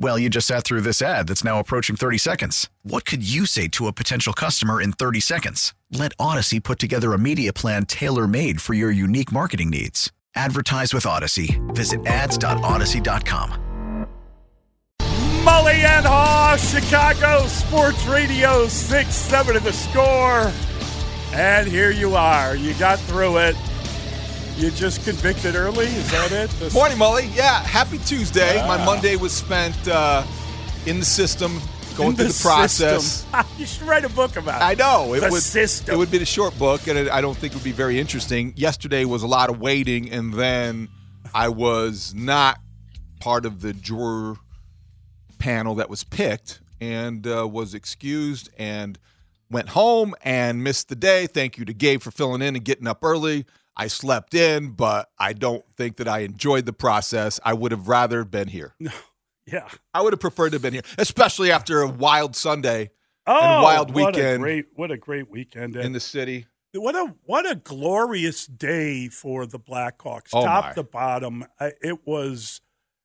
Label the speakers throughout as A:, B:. A: Well, you just sat through this ad that's now approaching 30 seconds. What could you say to a potential customer in 30 seconds? Let Odyssey put together a media plan tailor made for your unique marketing needs. Advertise with Odyssey. Visit ads.odyssey.com.
B: Mully and Haw, Chicago Sports Radio 6 7 of the score. And here you are. You got through it. You just convicted early? Is that it? This-
C: Morning, Molly. Yeah, happy Tuesday. My Monday was spent uh, in the system, going
B: in
C: through the, process.
B: system. you should write a book about it.
C: I know it
B: The
C: would.
B: system.
C: It would be a short book, and it, I don't think it would be very interesting. Yesterday was a lot of waiting, and then I was not part of the juror panel that was picked, and uh, was excused, and went home and missed the day. Thank you to Gabe for filling in and getting up early. I slept in, but I don't think that I enjoyed the process. I would have rather been here.
B: Yeah.
C: I would have preferred to have been here, especially after a wild Sunday
B: Oh,
C: wild
B: what A
C: weekend.
B: great, what a great weekend.
C: in
B: And
C: the city.
B: what a what a glorious day for the Blackhawks,
C: Oh,
B: top
C: my.
B: to bottom. I, it was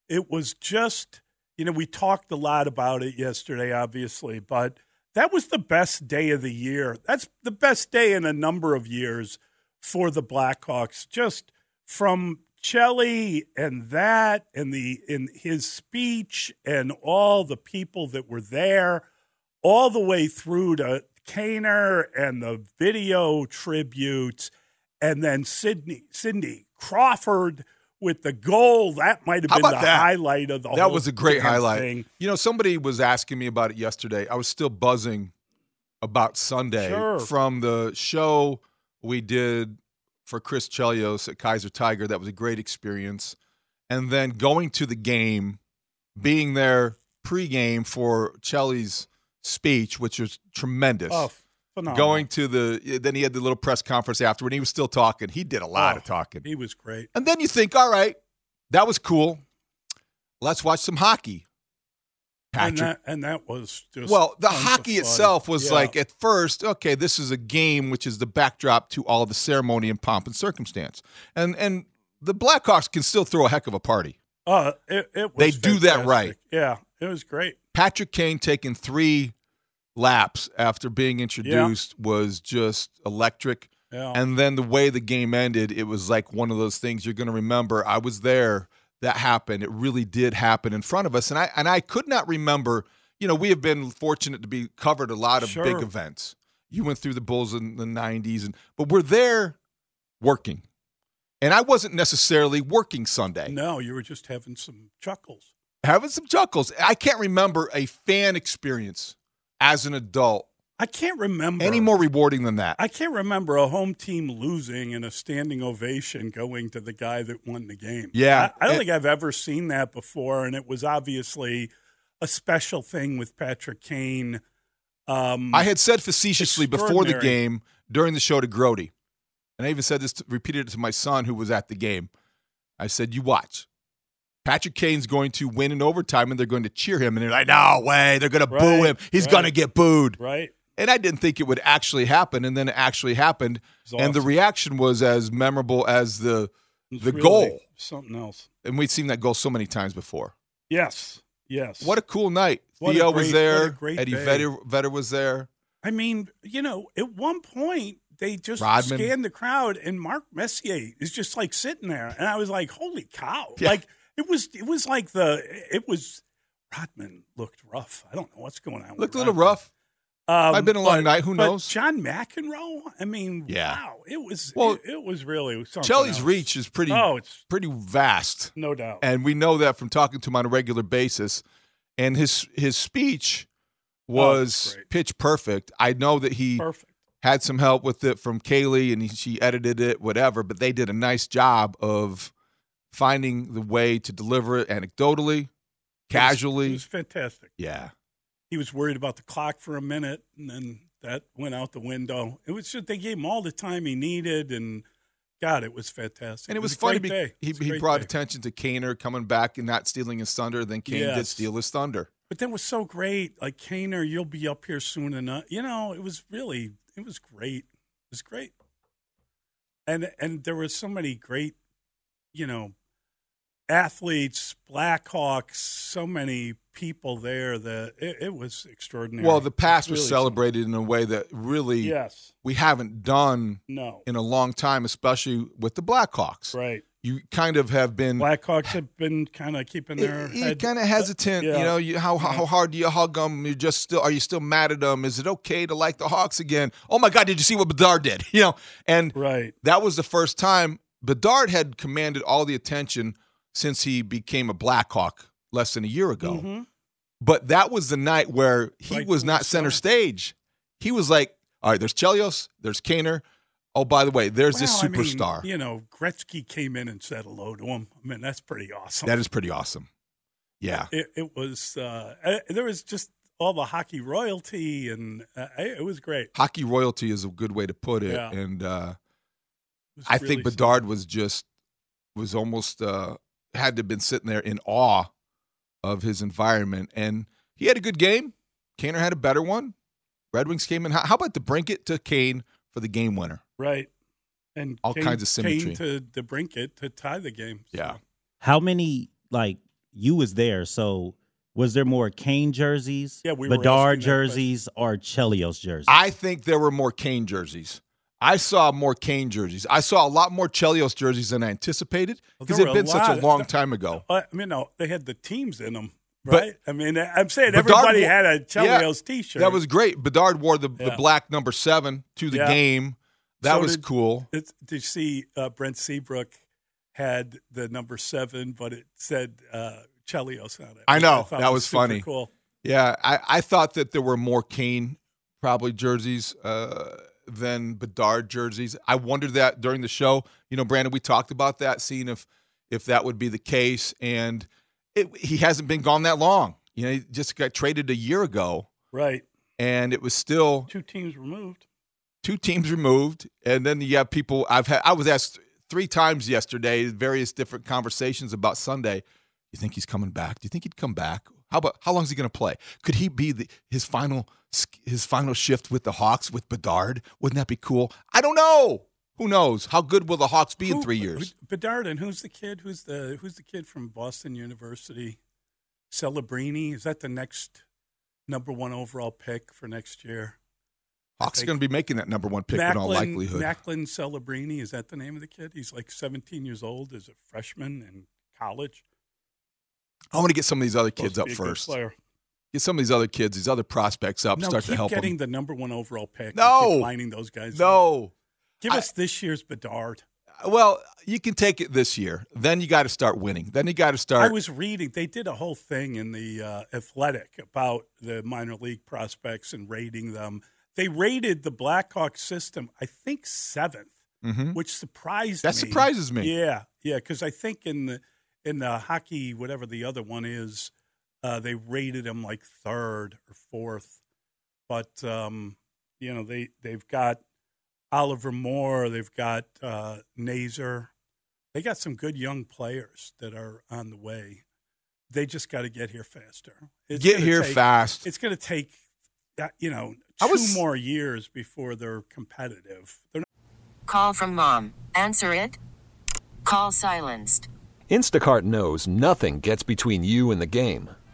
B: it was just you know we talked a lot about it yesterday, obviously, but that was the best day of the year. That's the best day in a number of years for the Blackhawks. Just from Chelly and that and the in his speech and all the people that were there all the way through to Kaner and the video tributes, and then Sydney Sydney Crawford with the goal. That might have
C: How
B: been the
C: about that?
B: highlight of the whole
C: That was a great
B: damn
C: highlight.
B: thing.
C: You know, somebody was asking me about it yesterday. I was still buzzing about Sunday
B: Sure.
C: from the show we did for Chris Chelios at Kaiser Tiger. That was a great experience. And then going to the game, being there pregame for Chelly's speech, which was tremendous.
B: Oh, phenomenal.
C: Going to the, then he had the little press conference afterward. He was still talking. He did a lot
B: Oh,
C: of talking.
B: He was great.
C: And then you think, all right, that was cool. Let's watch some hockey.
B: And
C: Patrick.
B: that, and that was just
C: well, the
B: tons of
C: hockey
B: fun.
C: itself was
B: Yeah.
C: like at first, okay, this is a game which is the backdrop to all the ceremony and pomp and circumstance. And and the Blackhawks can still throw a heck of a party.
B: uh, it, it was
C: They do that
B: fantastic.
C: right.
B: Yeah, it was great.
C: Patrick Kane taking three laps after being introduced was just electric.
B: Yeah.
C: And then the way the game ended, it was like one of those things you're going to remember. I was there. That happened. It really did happen in front of us. And I and I could not remember. You know, we have been fortunate to be covered a lot of
B: Sure.
C: big events. You went through the Bulls in the '90s, and but we're there working, and I wasn't necessarily working Sunday
B: no, you were just having some chuckles.
C: having some chuckles. I can't remember a fan experience as an adult
B: I can't remember
C: any more rewarding than that.
B: I can't remember a home team losing and a standing ovation going to the guy that won the game.
C: Yeah.
B: I, I don't
C: It-
B: think I've ever seen that before, and it was obviously a special thing with Patrick Kane. Um,
C: I had said facetiously before the
B: Extraordinary.
C: game during the show to Grody, and I even said this, to, repeated it to my son who was at the game. I said, "You watch, Patrick Kane's going to win in overtime, and they're going to cheer him." And they're like, "No way! They're going to boo
B: Right,
C: him. He's
B: right.
C: going to get booed."
B: right.
C: And I didn't think it would actually happen, and then it actually happened,
B: It's
C: and the
B: awesome.
C: reaction was as memorable as the
B: It's
C: the
B: really
C: goal.
B: something else.
C: and we'd seen that goal so many times before.
B: Yes, yes.
C: What a cool night.
B: What a
C: Theo
B: great-
C: was
B: what a
C: there.
B: great
C: Eddie
B: day.
C: Vedder, Vedder was there.
B: I mean, you know, at one point they just
C: Rodman.
B: scanned the crowd, and Mark Messier is just like sitting there, and I was like, "Holy cow!"
C: Yeah.
B: Like it was, it was like the, it was. Rodman looked rough. I don't know what's going on. with
C: Looked a little
B: Rodman.
C: rough.
B: Um,
C: I've been a long
B: but-
C: night. Who
B: but
C: knows?
B: John McEnroe. I mean,
C: Yeah.
B: wow, it was
C: Well,
B: it, it was really something.
C: Chelsea's
B: else.
C: reach is pretty
B: Oh, it's
C: pretty vast.
B: no doubt.
C: and we know that from talking to him on a regular basis. And his his speech was
B: Oh, great.
C: pitch perfect. I know that he
B: Perfect.
C: had some help with it from Kaylee, and he, she edited it, whatever. But they did a nice job of finding the way to deliver it
B: it
C: anecdotally,
B: was, it
C: casually.
B: was fantastic.
C: yeah,
B: He was worried about the clock for a minute, and then that went out the window. It was just they gave him all the time he needed, and God, it was fantastic.
C: and it was,
B: a
C: funny.
B: great
C: be-
B: day.
C: He
B: It was a
C: he
B: great
C: brought
B: day.
C: attention to Kaner coming back and not stealing his thunder. Then Kane did
B: Yes.
C: steal his thunder.
B: But that was so great. Like Kaner, you'll be up here soon enough. You know, it was really, it was great. It was great. And and there were so many great, you know, athletes, Blackhawks, so many people there that it, it was extraordinary.
C: Well, the past
B: It's
C: was
B: really
C: celebrated in a way that really
B: something. Yes.
C: we haven't done
B: No.
C: in a long time, especially with the Blackhawks.
B: Right.
C: You kind of have been
B: Blackhawks have been kind of keeping their head.
C: kind of hesitant.
B: Yeah.
C: You know, you, how how hard do you hug them? You just still are you still mad at them? Is it okay to like the Hawks again? Oh my God, did you see what Bedard did? You know, and
B: right.
C: that was the first time Bedard had commanded all the attention since he became a Blackhawk less than a year ago.
B: Mhm.
C: But that was the night where he
B: Right
C: was
B: from the
C: not center
B: start.
C: stage. He was like, all right, there's Chelios, there's Kaner. Oh, by the way, there's this
B: Well, I mean,
C: superstar.
B: you know, Gretzky came in and said hello to him. I mean, that's pretty awesome.
C: That is pretty awesome. Yeah.
B: it, it was uh, uh, there was just all the hockey royalty and uh, it it was great.
C: Hockey royalty is a good way to put it.
B: Yeah.
C: And uh,
B: It was
C: I
B: really
C: think Bedard was just, was almost, uh, had to have been sitting there in awe of his environment. And he had a good game. Kaner had a better one. Red Wings came in. How, how about the brink it to Kane for the game winner?
B: right and
C: all
B: came-
C: kinds of symmetry.
B: came to the brinket to tie the game. So,
C: Yeah.
D: How many like you was there? So was there more Kane jerseys,
B: Yeah, we were
D: Bedard
B: asking that question.
D: jerseys, or Chelios jerseys?
C: I think there were more Kane jerseys. I saw more Kane jerseys. I saw a lot more Chelios jerseys than I anticipated
B: Well,
C: because
B: there
C: it
B: were
C: had
B: a
C: been such
B: lot.
C: a long time ago.
B: I mean, no, they had the teams in them,
C: But-
B: right? I mean, I'm saying
C: Bedard
B: everybody
C: wa-
B: had a
C: Yeah,
B: Chelios T-shirt.
C: That was great. Bedard wore the, the
B: Yeah.
C: black number seven to the
B: Yeah.
C: game. That
B: So
C: was
B: did-
C: cool.
B: It's, did you see uh, Brent Seabrook had the number seven, but it said uh, Chelios on it?
C: I know.
B: thought
C: That
B: it
C: was
B: super
C: funny.
B: Cool.
C: Yeah, I, I thought that there were more Kane probably jerseys uh, than Bedard jerseys. I wondered that during the show. You know, Brandon, we talked about that, seeing if if that would be the case. And it, he hasn't been gone that long. You know, he just got traded a year ago,
B: Right.
C: and it was still
B: Two teams removed.
C: two teams removed, and then you have people. I've had. I was asked three times yesterday, various different conversations about Sunday. You think he's coming back? Do you think he'd come back? How about how long is he going to play? Could he be the, his final sk- his final shift with the Hawks with Bedard? Wouldn't that be cool? I don't know. Who knows? How good will the Hawks be in
B: Who-
C: three years?
B: who- Bedard and who's the kid? Who's the who's the kid from Boston University? Celebrini is that the next number one overall pick for next year?
C: Hawks are going to be making that number one pick in all
B: Macklin-
C: likelihood.
B: Macklin Celebrini is that the name of the kid? He's like 17 years old, is a freshman in college.
C: I want to get some of these other
B: Supposed
C: kids
B: to
C: up
B: be a good
C: first.
B: player.
C: Get some of these other kids, these other prospects up.
B: No,
C: start
B: keep
C: to help
B: getting
C: them.
B: the number one overall pick. and
C: No.
B: keep lining those guys. up.
C: no.
B: give
C: I-
B: us this year's Bedard.
C: Well, you can take it this year. Then you got to start winning. Then you got to
B: I
C: start.
B: was reading. They did a whole thing in the uh, Athletic about the minor league prospects and rating them. They rated the Blackhawk system, I think seventh,
C: Mhm.
B: which surprised
C: That
B: me.
C: surprises me.
B: Yeah, yeah, because I think in the in the hockey, whatever the other one is, uh, they rated him like third or fourth. But um, you know they they've got Oliver Moore, they've got uh, Nazer, they got some good young players that are on the way. They just got to get here faster. It's
C: Get
B: gonna
C: here
B: take-
C: fast.
B: It's going to take uh, you know
C: I
B: two
C: was-
B: more years before they're competitive. They're
E: Call from mom. Answer it. Call silenced.
F: Instacart knows nothing gets between you and the game.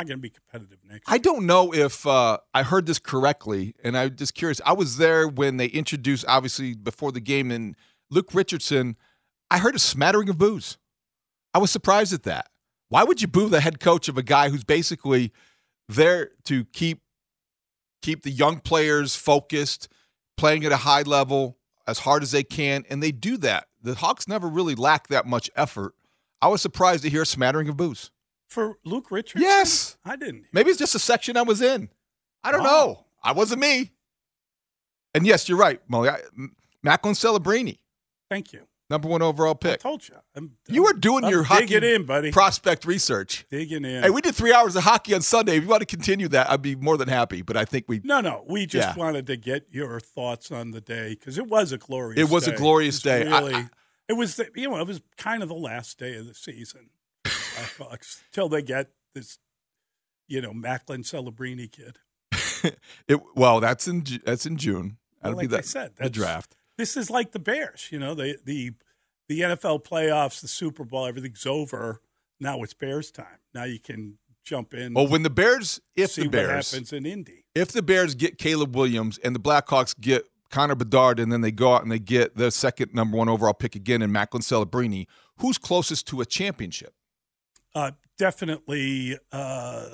B: I'm going to be competitive next.
C: I don't know if uh, I heard this correctly, and I'm just curious. I was there when they introduced, obviously, before the game, and Luke Richardson. I heard a smattering of boos. I was surprised at that. Why would you boo the head coach of a guy who's basically there to keep keep the young players focused, playing at a high level as hard as they can, and they do that. The Hawks never really lack that much effort. I was surprised to hear a smattering of boos.
B: For Luke Richardson?
C: Yes.
B: I didn't.
C: Maybe it's just a section I was in. I don't
B: Wow.
C: know. I wasn't me. And yes, you're right, Molly. I, M- Macklin Celebrini,
B: Thank you.
C: number one overall
B: I
C: pick.
B: told you. I'm,
C: You were doing
B: I'm
C: your hockey
B: digging in, buddy.
C: prospect research.
B: digging in.
C: Hey, we did three hours of hockey on Sunday. If you want to continue that, I'd be more than happy. But I think we
B: no, no. We just
C: Yeah.
B: wanted to get your thoughts on the day because it was a glorious.
C: It was a
B: day.
C: glorious
B: It's
C: day. I-
B: Really,
C: I-
B: it was. The, you know, it was kind of the last day of the season. Until they get this, you know, Macklin Celebrini kid.
C: it. Well, that's in Ju- that's in June.
B: Well,
C: That'll
B: like
C: be the,
B: I said,
C: the
B: that's-
C: draft.
B: This is like the Bears. You know, the the the NFL playoffs, the Super Bowl, everything's over. Now it's Bears time. Now you can jump in.
C: Well, when the Bears, if
B: see
C: the
B: what
C: Bears,
B: happens in Indy.
C: if the Bears get Caleb Williams and the Blackhawks get Connor Bedard, and then they go out and they get their second number one overall pick again in Macklin Celebrini, who's closest to a championship?
B: Uh, definitely, uh,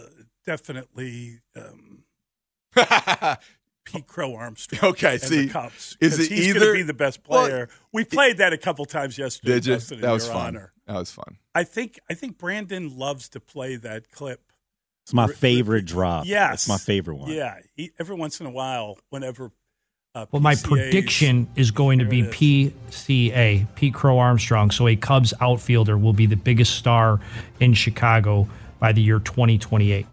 B: definitely, um, Pete Crow Armstrong.
C: Okay,
B: and
C: see,
B: the Cubs.
C: is
B: 'cause
C: it
B: he's
C: either-
B: going to be the best
C: Well,
B: player? we played that a couple times yesterday.
C: Did you?
B: Justin, in
C: That was
B: your
C: fun.
B: honor.
C: That was fun.
B: I think I think Brandon loves to play that clip.
D: It's my
B: Ri-
D: favorite drop.
B: Yes,
D: It's Uh, my favorite one.
B: Yeah, he, every once in a while, whenever. Uh,
G: Well, my
B: PCAs
G: prediction is going to be
B: There it
G: PCA, P. Crow Armstrong. So a Cubs outfielder will be the biggest star in Chicago by the year 2028.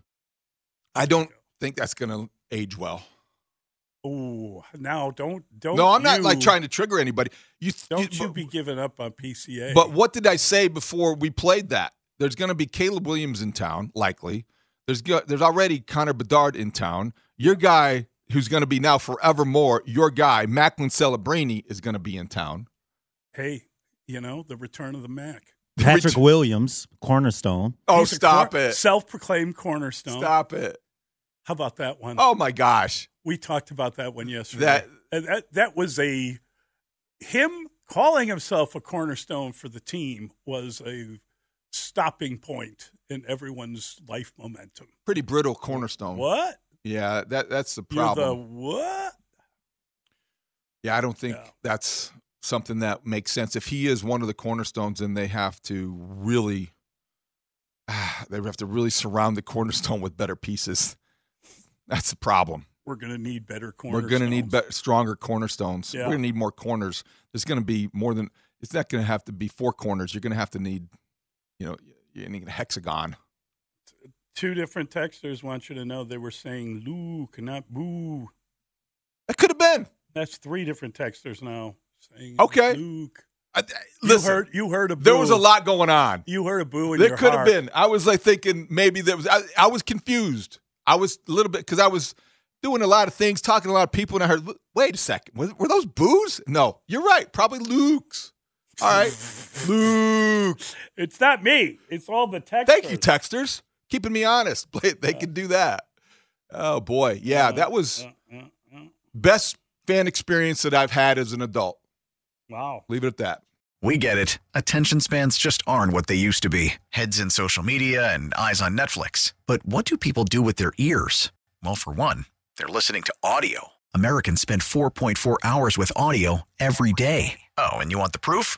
C: I don't think that's going to age well.
B: Ooh, now don't don't.
C: no, I'm not
B: you-
C: like trying to trigger anybody. You
B: Don't you
C: but-
B: be giving up on PCA?
C: But what did I say before we played that? There's going to be Caleb Williams in town, likely. There's go- there's already Connor Bedard in town. Your guy, who's going to be now forevermore your guy, Macklin Celebrini, is going to be in town.
B: hey, you know the return of the Mac.
D: Patrick
C: Ret-
D: Williams, cornerstone.
C: Oh,
B: He's a
C: stop
B: cor-
C: it!
B: Self-proclaimed cornerstone.
C: Stop it!
B: How about that one?
C: Oh my gosh!
B: We talked about that one yesterday.
C: That-
B: And that that was a him calling himself a cornerstone for the team was a stopping point in everyone's life momentum.
C: Pretty brittle cornerstone.
B: What?
C: Yeah, that that's the
B: You're the
C: Um, problem.
B: what?
C: yeah, I don't think
B: No.
C: that's something that makes sense. If he is one of the cornerstones, and they have to really, they have to really surround the cornerstone with better pieces. That's the problem.
B: We're gonna need better
C: We're
B: cornerstones.
C: going to need better, stronger cornerstones.
B: Yeah.
C: We're going to need more corners. There's going to be more than. It's not going to have to be four corners. You're going to have to need, you know, you need a hexagon.
B: Two different texters want you to know they were saying Luke, not boo.
C: That could have been.
B: That's three different texters now saying
C: Okay.
B: Luke.
C: I, I- listen,
B: you heard you heard a boo.
C: there was a lot going on.
B: You heard a boo in
C: There
B: your
C: could have
B: heart.
C: been. I was like thinking maybe there was. I, I was confused. I was a little bit because I was doing a lot of things, talking to a lot of people, and I heard. "Lu- Wait a second, were, were those boos? No, you're right. Probably Luke's. All right, Luke.
B: It's not me. It's all the texters.
C: Thank you, texters, keeping me honest. They they can do that. Oh boy, yeah,
B: Uh,
C: that was
B: uh, uh, uh.
C: best fan experience that I've had as an adult.
B: Wow.
C: Leave it at that.
A: We get it. Attention spans just aren't what they used to be heads in social media and eyes on Netflix. But what do people do with their ears? Well, for one, they're listening to audio. Americans spend 4.4 hours with audio every day. Oh, and you want the proof?